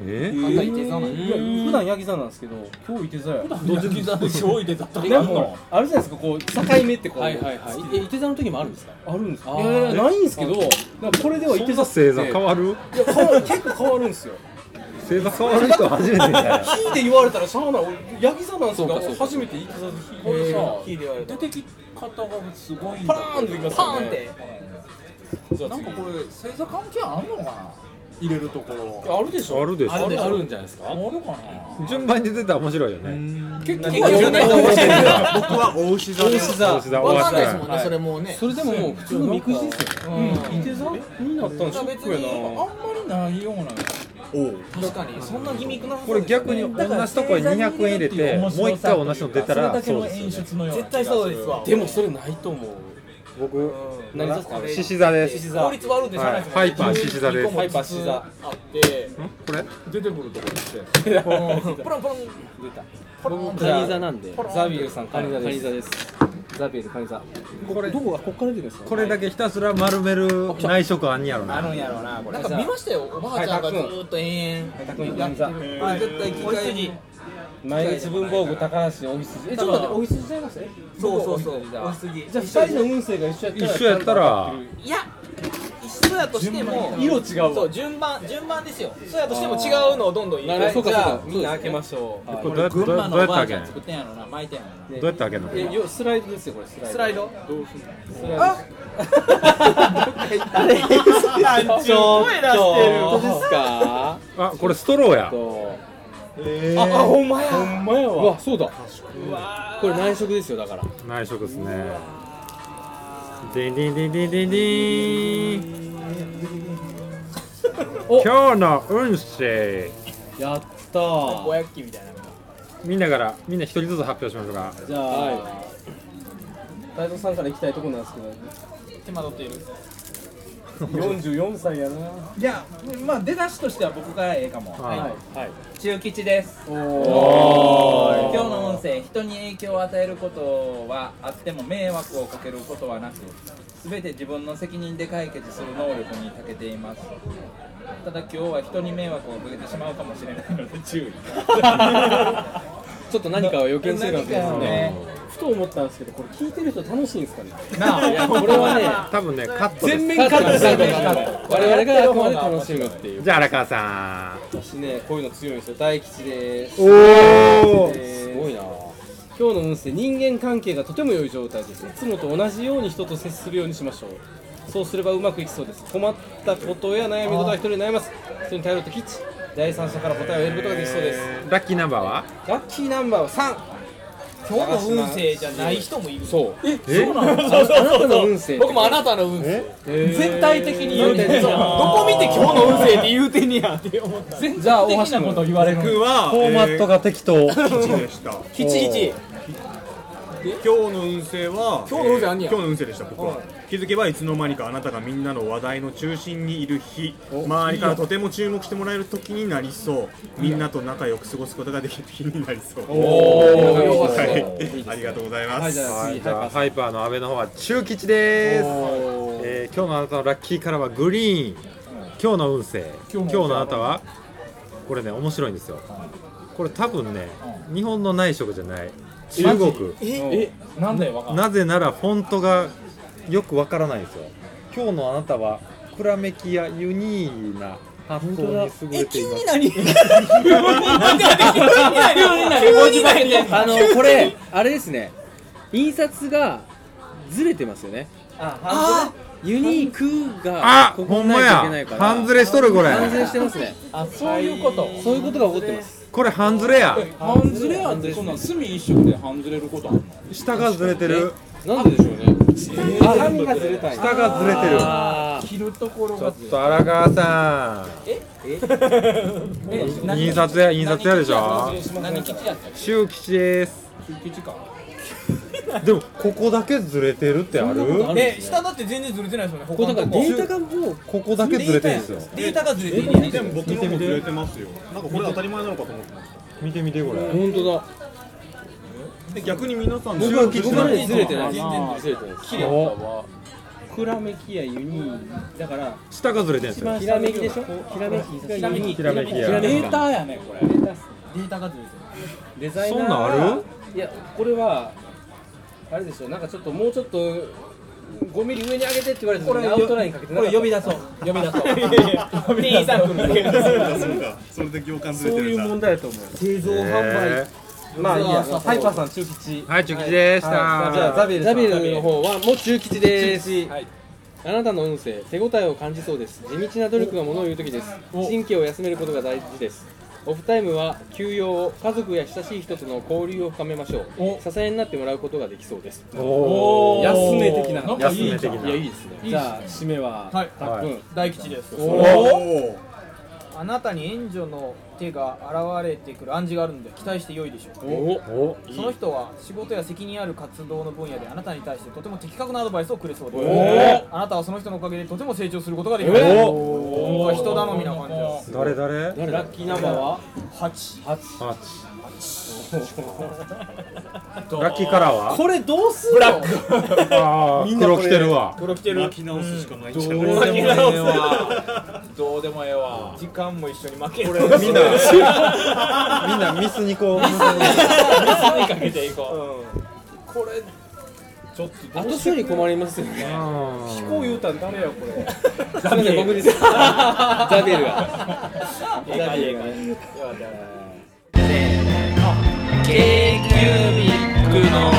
Speaker 3: え
Speaker 1: あんたいて座なん
Speaker 5: いや普段ヤギ座なんですけど今日いて座や
Speaker 1: どっち座で上位で座った
Speaker 5: なんかあるじゃないですかこう境目ってこう
Speaker 1: はいはいはい
Speaker 5: えいて座の時もあるんですかあるんですか
Speaker 1: あー
Speaker 5: いやいやないんですけどなんかこれではい
Speaker 3: そ
Speaker 5: て
Speaker 3: んな
Speaker 5: 座
Speaker 3: 星座変
Speaker 5: る
Speaker 3: わる
Speaker 5: 結構変わるんですよ
Speaker 3: 星座変わる人初めてみたいな
Speaker 5: 聞いて言われたらしゃあない俺ヤギ座なんです
Speaker 1: そう
Speaker 5: か
Speaker 1: かそうか
Speaker 5: 初めていて座で聞い
Speaker 1: これさ
Speaker 5: 聞いて言われた
Speaker 1: 出てき方がすごいん
Speaker 5: パ
Speaker 1: だ
Speaker 5: ーンっていきます
Speaker 7: パ
Speaker 5: よ
Speaker 7: ーンっ
Speaker 5: ね
Speaker 7: て
Speaker 5: じゃあ
Speaker 1: なん
Speaker 5: 次
Speaker 1: かこれ星座関係あんのかな入れるところ
Speaker 5: あるでしょ
Speaker 3: あるでしょ
Speaker 5: あるあるんじゃないですか
Speaker 1: あるか
Speaker 3: 順番に出たら面白いよね
Speaker 5: 結
Speaker 7: 結構言うてるかもしれない
Speaker 6: 僕は大牛座で
Speaker 5: 星
Speaker 6: す
Speaker 5: 座
Speaker 3: 星座
Speaker 7: わかんない
Speaker 3: 終
Speaker 7: で
Speaker 3: わ
Speaker 7: す
Speaker 3: っ
Speaker 7: もん
Speaker 3: た
Speaker 7: ねそれもうね
Speaker 5: それでも普通のみくじですよねうんいて座になったんショック
Speaker 1: なあんま
Speaker 5: やな
Speaker 1: りないような
Speaker 6: おう
Speaker 7: 確かにそんなギミックな
Speaker 3: これ逆に同じところに200円入れてもう1回同じの出たら
Speaker 1: そ
Speaker 3: そ
Speaker 1: れ
Speaker 3: う
Speaker 1: だ
Speaker 3: で
Speaker 1: け
Speaker 3: す
Speaker 1: の
Speaker 3: よ
Speaker 1: 演出のような
Speaker 3: ね
Speaker 7: 絶対そうですわ
Speaker 5: でもそれないと思う
Speaker 3: 僕
Speaker 5: 何座ですか
Speaker 3: 獅子座です
Speaker 5: 獅子座
Speaker 7: 効率悪いでしょ
Speaker 3: はいハイパー獅子座です
Speaker 5: ハイパーシザ
Speaker 1: あって
Speaker 3: んこれ
Speaker 1: 出てくるとこですよ
Speaker 5: 出た
Speaker 7: プロンプロン
Speaker 5: 僕カニ座なんでザビエルさんカニ座です
Speaker 1: ザビエルカニザ
Speaker 3: これ
Speaker 1: どこがこっから出るんですか
Speaker 3: これだけひたすら丸める内職あんねやろな
Speaker 12: あるんやろうなこれ
Speaker 1: なんか見ましたよおばあちゃんがずーっと延々やってるこれ絶対機械に
Speaker 5: 毎日文房具高橋おひすじえちょっと待っておひすじちゃいましたね
Speaker 1: そうそうそうお
Speaker 5: じ
Speaker 1: 羊
Speaker 5: ゃあ2人の運勢が一緒やったら
Speaker 3: 一緒やったら
Speaker 1: いや一緒やとしても
Speaker 5: 色違うわ
Speaker 1: そう順番順番ですよそうやとしても違うのをどんどん入れ
Speaker 5: な
Speaker 1: る
Speaker 5: るほど
Speaker 1: じゃあ
Speaker 5: そうかそうかみんな開けましょう
Speaker 3: これどうやって
Speaker 13: 群
Speaker 3: どう
Speaker 13: 馬のおば
Speaker 3: や
Speaker 13: あ
Speaker 3: って
Speaker 13: ち
Speaker 3: 開
Speaker 13: ゃん作ってんやろな巻いてんやろな
Speaker 3: けんどうやって開けんのこれ
Speaker 5: えよスライドですよこれスライド
Speaker 1: スライド
Speaker 5: どうすんのスライド
Speaker 1: あ
Speaker 5: あれちょっとどうですか
Speaker 3: あこれストローや
Speaker 5: ああほんまやほんまやわうわそうだこれ内職ですよだから
Speaker 3: 内職ですねでででででで
Speaker 5: お
Speaker 3: 今日の運勢
Speaker 5: やったー
Speaker 1: 500機みたいなのが
Speaker 3: みんなからみんな一人ずつ発表しましょうか
Speaker 5: じゃあ大東さんから行きたいとこなんですけど
Speaker 1: 手間取っている
Speaker 5: 44歳やな
Speaker 13: じゃあまあ出だしとしては僕がええかも
Speaker 3: はい
Speaker 5: はい
Speaker 13: 中吉です
Speaker 5: お
Speaker 13: 今
Speaker 5: お
Speaker 13: 日の音声人に影響を与えることはあっても迷惑をかけることはなく全て自分の責任で解決する能力に長けていますただ今日は人に迷惑をかけてしまうかもしれないので注意
Speaker 5: ちょっと何かを予見してるわけです
Speaker 13: 何か
Speaker 5: ね
Speaker 13: ね
Speaker 5: ふと思ったんですけどこれ聞いてる人楽しいんですかね
Speaker 13: なあ
Speaker 5: いやこれはね
Speaker 3: 多分ねカットです
Speaker 5: 全面カットされたから我々があくまで楽しむっていう
Speaker 3: じゃあ荒川さ
Speaker 5: 私ねこういうの強いんですよ大吉です
Speaker 3: んおお
Speaker 5: すごいな今日の運勢人間関係がとても良い状態ですいつもと同じように人と接するようにしましょうそうすればうまくいきそうです困ったことや悩み事は一人で悩みます人に頼ると吉第三者から答えを得ることができそうです
Speaker 3: ラッキーナンバーは
Speaker 5: ラッキーナンバーは
Speaker 1: 今日の運勢じゃない人もいる
Speaker 5: 3そうえ
Speaker 3: え
Speaker 1: そうそうそう
Speaker 5: あなたの運勢
Speaker 1: 僕もあなたの運勢
Speaker 5: 絶
Speaker 1: 絶対的に言うてんねんどこ見て今日の運勢って言うてんねやって思った全
Speaker 5: じゃあ大橋君
Speaker 1: 言われる
Speaker 6: は
Speaker 3: フォーマットが適当
Speaker 6: 1でした
Speaker 1: きちきち
Speaker 6: 今日の運勢は
Speaker 1: 今日の運勢あんねや
Speaker 6: えー今日の運勢でした僕は気づけばいつの間にかあなたがみんなの話題の中心にいる日周りからとても注目してもらえる時になりそうみんなと仲良く過ごすことができる日になりそう
Speaker 5: おー
Speaker 6: はいありがとうございま
Speaker 5: はい
Speaker 6: す
Speaker 5: じゃあ
Speaker 3: はい
Speaker 5: 次
Speaker 3: じゃあ
Speaker 5: は
Speaker 3: ハイパーの阿部の方は中吉です、えー今日のあなたのラッキーカラーはグリーン今日の運勢今日のあなたはこれね面白いんですよこれ多分ね日本の内職じゃない中国
Speaker 1: えなんだよわかんない
Speaker 3: なぜならフォントがよくわからないんですよ今日のあなたはくらめきやユニーな発想に優れ
Speaker 1: え
Speaker 3: て
Speaker 1: 急
Speaker 3: いま
Speaker 1: に
Speaker 3: す
Speaker 1: 何急に何急に何急に何急に
Speaker 5: あの これあれですね印刷がずれてますよね
Speaker 1: あ
Speaker 5: ユニークが
Speaker 3: あ
Speaker 5: ここ
Speaker 3: ほん
Speaker 5: にな
Speaker 3: ま
Speaker 5: いとい
Speaker 3: や
Speaker 5: けないから
Speaker 3: 半ズレしとるこれ
Speaker 5: 完全してますね
Speaker 1: あそういうこと
Speaker 5: そういうことが起こってます
Speaker 3: これ半ズレや
Speaker 13: 半ズレやってそんな隅一色で半ズレることあんの
Speaker 3: 下がずれてる
Speaker 5: なんででしょうねあ紙がずれたんや
Speaker 3: 下がずれてる
Speaker 5: あ
Speaker 1: 切るところ
Speaker 3: ちょ
Speaker 1: が
Speaker 3: っと荒川さん印刷や印刷やでしょ
Speaker 1: 何吉やったっ
Speaker 3: 中吉ですでもここだけずれてるってある
Speaker 1: けえ下だって全然ずれてないですよね
Speaker 5: こ
Speaker 1: 他
Speaker 5: れだからデータがもう
Speaker 3: ここだけずれてるんですよ
Speaker 1: データがずれてんね
Speaker 6: でも僕のもずれてますよなんかこれ当たり前なのかと思ってまし
Speaker 3: 見て見てこれ
Speaker 5: 本当だ
Speaker 6: たで逆に皆さん
Speaker 5: 僕
Speaker 6: 注
Speaker 5: は
Speaker 6: 目し
Speaker 5: 僕
Speaker 6: な
Speaker 5: は
Speaker 6: い
Speaker 5: ねずれてない
Speaker 1: 全
Speaker 5: 然ずれてない綺麗ひらめきやユニーだから
Speaker 3: 下がずれてるんですよ
Speaker 5: ひらめきでしょひらめきがユニー
Speaker 3: ひらめき
Speaker 5: ひら
Speaker 3: や
Speaker 5: め
Speaker 1: データやねこれ
Speaker 5: データっすね
Speaker 1: データがずれてる
Speaker 5: デザイナー
Speaker 3: そんなんある
Speaker 5: いやこれはあれでしょなんかちょっともうちょっと5ミリ上に上げてって言われた時にアウトラインかけてな
Speaker 1: これ
Speaker 5: かった
Speaker 1: 呼び出そう呼び出そう
Speaker 5: 出そう
Speaker 1: 店員さん来るんだけど
Speaker 6: そうかそうかそれで行間ず
Speaker 5: そ
Speaker 6: れ
Speaker 5: う
Speaker 6: て
Speaker 5: い
Speaker 6: るん
Speaker 5: う
Speaker 6: だ
Speaker 5: 問題だと思う製造
Speaker 3: え
Speaker 5: まあいいや
Speaker 1: そう
Speaker 5: ハイパーさん中吉
Speaker 3: ーはい中吉でし
Speaker 5: はい
Speaker 3: た
Speaker 5: じゃあザビエルさんザビエルの方はもう中吉です
Speaker 1: はい
Speaker 5: あなたの運勢手応えを感じそうです地道な努力がものを言う時です神経を休めることが大事ですオフタイムは休養を家族や親しい人との交流を深めましょう支えになってもらうことができそうです
Speaker 3: おー
Speaker 5: 安め的な
Speaker 1: なん
Speaker 3: かいいじゃん
Speaker 5: いやいいですね
Speaker 1: いいっすね
Speaker 5: じゃあ締めは
Speaker 1: はい
Speaker 5: たっくん
Speaker 1: 大吉です
Speaker 6: おお
Speaker 1: あなたに援助の手が現れてくる暗示があるので期待して良いでしょう
Speaker 3: お
Speaker 1: その人は仕事や責任ある活動の分野であなたに対してとても的確なアドバイスをくれそうですあなたはその人のおかげでとても成長することができます人頼みな感じです
Speaker 3: 誰誰
Speaker 5: ラッキーナンバーは
Speaker 1: 8
Speaker 3: あラッキーカラーは
Speaker 5: これどうすんのブラッ
Speaker 3: あー黒着てるわ
Speaker 5: 黒着てる
Speaker 6: 巻き直すしかないんじゃ
Speaker 5: ど
Speaker 6: な
Speaker 5: うでも
Speaker 6: い
Speaker 5: ええわ
Speaker 1: どうでもええわ時間も一緒に負け
Speaker 6: こ
Speaker 1: る
Speaker 6: れみ んな
Speaker 3: みんなミスにこう
Speaker 1: ミスにかけていこう、これちょっとどう
Speaker 5: 後
Speaker 1: して
Speaker 5: 処理困りますよね
Speaker 3: 飛
Speaker 4: 行言うたん誰やこれ
Speaker 5: ザビエル僕ですザビエルが
Speaker 1: ザビエルが
Speaker 5: ね
Speaker 10: ケーキュービックの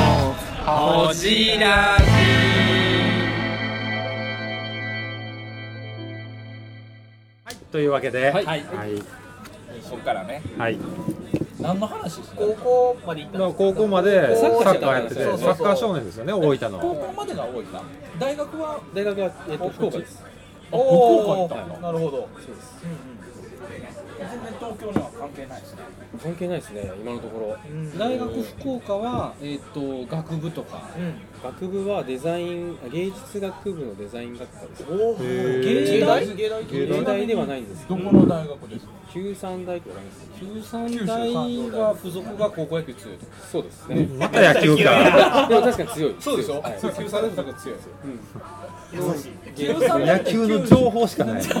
Speaker 10: ほじら
Speaker 3: というわけで
Speaker 10: は
Speaker 3: はいい
Speaker 10: は
Speaker 3: はいい
Speaker 10: そっからね
Speaker 3: はい
Speaker 10: 何の話して
Speaker 8: 高校まで行った
Speaker 3: まあ高校までサ
Speaker 10: 高校
Speaker 3: ッカーやってて
Speaker 10: そうそう
Speaker 3: サ
Speaker 10: そう
Speaker 3: ッカー少年ですよね大分
Speaker 10: 高
Speaker 3: の
Speaker 10: 校までが多いか大学は
Speaker 5: 大学は、えっと、福岡です
Speaker 10: あ福岡行ったんや
Speaker 8: なるほど
Speaker 10: 全然東京には関係ないですね
Speaker 5: 関係ないですね今のところ、大学福岡は、えっと学部とか、学部はデザイン芸術学部のデザイン学科です
Speaker 3: ー
Speaker 5: 芸大
Speaker 1: 芸大
Speaker 5: 芸大ではないんですけ
Speaker 1: ど
Speaker 5: ど
Speaker 1: この大学ですか
Speaker 5: 九三大とかです九三大は付属が高校野球強いとそうですね
Speaker 3: また野球 か
Speaker 5: でも確かに 強い
Speaker 1: そうでしょ
Speaker 5: はい
Speaker 1: そう九三大とか強い
Speaker 5: 優しい
Speaker 3: 野球の情報しかない
Speaker 10: 九九州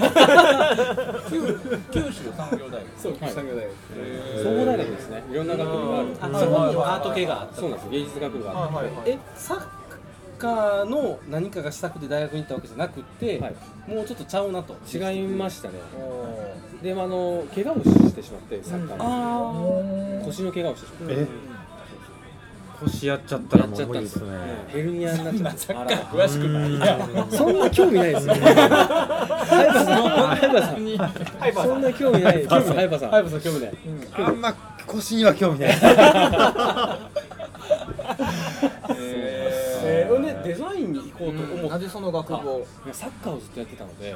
Speaker 10: 産業大学
Speaker 5: そう九州産業大
Speaker 10: 学
Speaker 5: 総合大学ですねいろんな学部がある
Speaker 10: あそこにもアート
Speaker 5: 系があそうなんです芸術学部があって、
Speaker 10: はいはいはい
Speaker 5: えサッカーの何かがしたくて大学に行ったわけじゃなくて、もうちょっとちゃうなと違いましたねでまああの怪我をしてしまってサッカーの、腰の怪我をしてしまって
Speaker 3: え腰やっちゃったらもう無理ですね
Speaker 5: ヘルニアになっちゃったサッカー
Speaker 1: 詳しくない
Speaker 5: そんな興味ないです よね。ハイバさん、ハイバさん、そんな興味ない。興味ない、ハイバさん。ハイバさん興味ない。
Speaker 3: あんま腰には興味ない です
Speaker 5: えーほんでデザインに行こうと思っ
Speaker 8: なぜその学部を
Speaker 5: サッカーをずっとやってたので、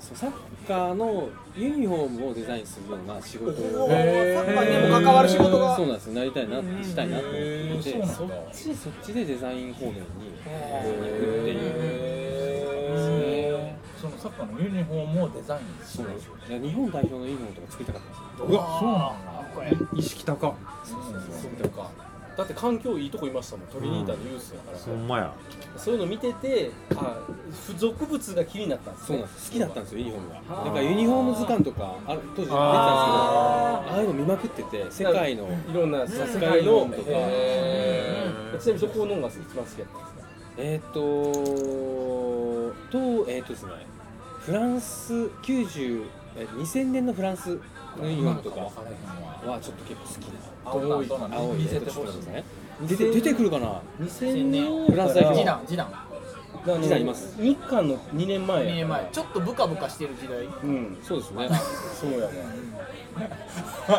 Speaker 5: そのサッカーのユニフォームをデザインするような仕事を
Speaker 8: おーへーサッカーにも関わる仕事が
Speaker 5: そうなんですなりたいなしたいなと思っていて
Speaker 8: へー
Speaker 5: そっちそっちでデザイン方面に行くっていう
Speaker 1: そのサッカーのユニフォームをデザインす
Speaker 5: そう
Speaker 1: る
Speaker 5: なんですよいや日本代表のユニフォームとか作りたかったんですよ
Speaker 1: うわそうなんだ
Speaker 3: 意識高
Speaker 5: そうかだって環境いいとこいましたもんトリニータのユースだから、
Speaker 3: ほんまや
Speaker 5: そういうの見ててあ付属物が気になったんです、ね、そうなんです好きだったんですよユニフォーム
Speaker 3: あー
Speaker 5: がだからユニフォーム図鑑とかある当時出てたんですけど
Speaker 3: あ
Speaker 5: ああいうの見まくってて世界のいろんな世
Speaker 1: 界
Speaker 5: 界
Speaker 1: の
Speaker 5: のとか
Speaker 1: へー
Speaker 5: ちなみにどこのが一番好きだったんですかえっ、ととえっ、とですねフランス90え2000年のフランスのユニフォームとかはちょっと結構好きです
Speaker 1: 青い
Speaker 5: 青い
Speaker 1: 見せてほしい
Speaker 5: ですね出て出てくるかな
Speaker 1: 2000年
Speaker 5: フランス代表
Speaker 8: 次男次男
Speaker 5: 時代います日韓の2年前
Speaker 8: 2年前ちょっとブカブカしてる時代
Speaker 5: うんそうですねそうやね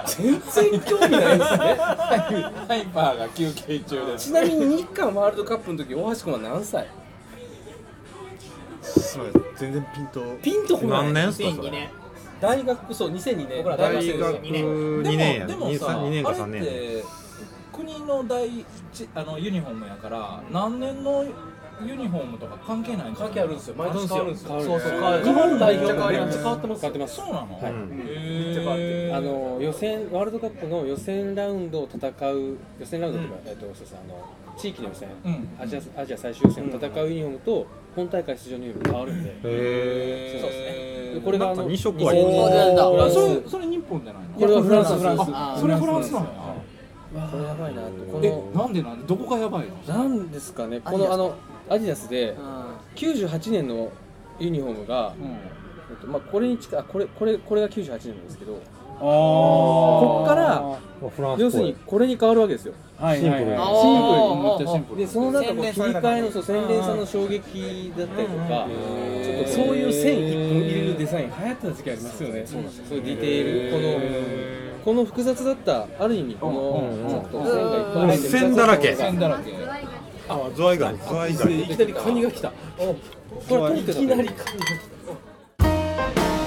Speaker 8: 全
Speaker 5: 然興味ないですね
Speaker 1: ハイパーが休憩中です
Speaker 5: ちなみに日韓ワールドカップの時大橋君は何歳
Speaker 6: 全然ピンと
Speaker 5: ピンとこない
Speaker 3: 何年っすかそれ
Speaker 5: 大学そう2002年僕
Speaker 3: ら大学生ですよ大学
Speaker 5: 2
Speaker 3: 2年や
Speaker 10: でもでもさ
Speaker 3: 2 3 2年か3
Speaker 10: あれ
Speaker 3: 年
Speaker 10: って国の第一あのユニフォームやから何年のユニフォームとか関係ないんじゃない
Speaker 5: 関係あるんですよ毎年変わるんですよ
Speaker 10: そうそう
Speaker 5: 変
Speaker 10: 変
Speaker 5: わ
Speaker 10: わ
Speaker 5: る
Speaker 10: る
Speaker 5: 日本代表
Speaker 10: めっちゃ変わり
Speaker 5: めっ
Speaker 10: ま
Speaker 5: ちゃ
Speaker 10: す
Speaker 5: 変わってます
Speaker 10: そうなの
Speaker 5: はい
Speaker 10: めっちゃ変わってる
Speaker 5: あの予選ワールドカップの予選ラウンドを戦う予選ラウンドとか、えっとそうですあの地域の予選、
Speaker 10: うん
Speaker 5: アジアアジア最終予選を戦うユニフォームと本大会出場のユニフォーム変わるんで、
Speaker 3: へ
Speaker 5: そうですねでこれがあ
Speaker 3: なん
Speaker 5: の
Speaker 3: か二色あ
Speaker 5: 2000
Speaker 3: る
Speaker 5: 年フラン
Speaker 10: あ
Speaker 5: ス
Speaker 10: それそれ日本じゃないの
Speaker 5: これはフランス
Speaker 10: フランス
Speaker 5: あ
Speaker 10: それフランスなのよ
Speaker 5: これやばいなとこの
Speaker 10: えなんでなんでどこがやばいの
Speaker 5: なんですかねこのあのアディダスで98年のユニフォームが、えっとまあ、これに近いあこれこれこれが98年なんですけどこっから
Speaker 3: フランスっぽい
Speaker 5: 要するにこれに変わるわけですよ
Speaker 3: はいはいはいシンプルに
Speaker 5: シンプルにめっちゃシンプルでその中こう切り替えのそう洗練さの衝撃だったりとかちょっとそういう線一本入れるデザイン流行ってた時期ありますよねそうなんですよそういうディテールこのこの複雑だったある意味このちょっと線がいっぱい入ってる
Speaker 3: 線だらけ
Speaker 5: 線だらけ
Speaker 3: あズワイガニズワイガニ
Speaker 5: いきなりカニが来たこれいきなりカニ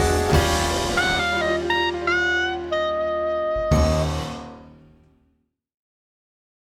Speaker 14: す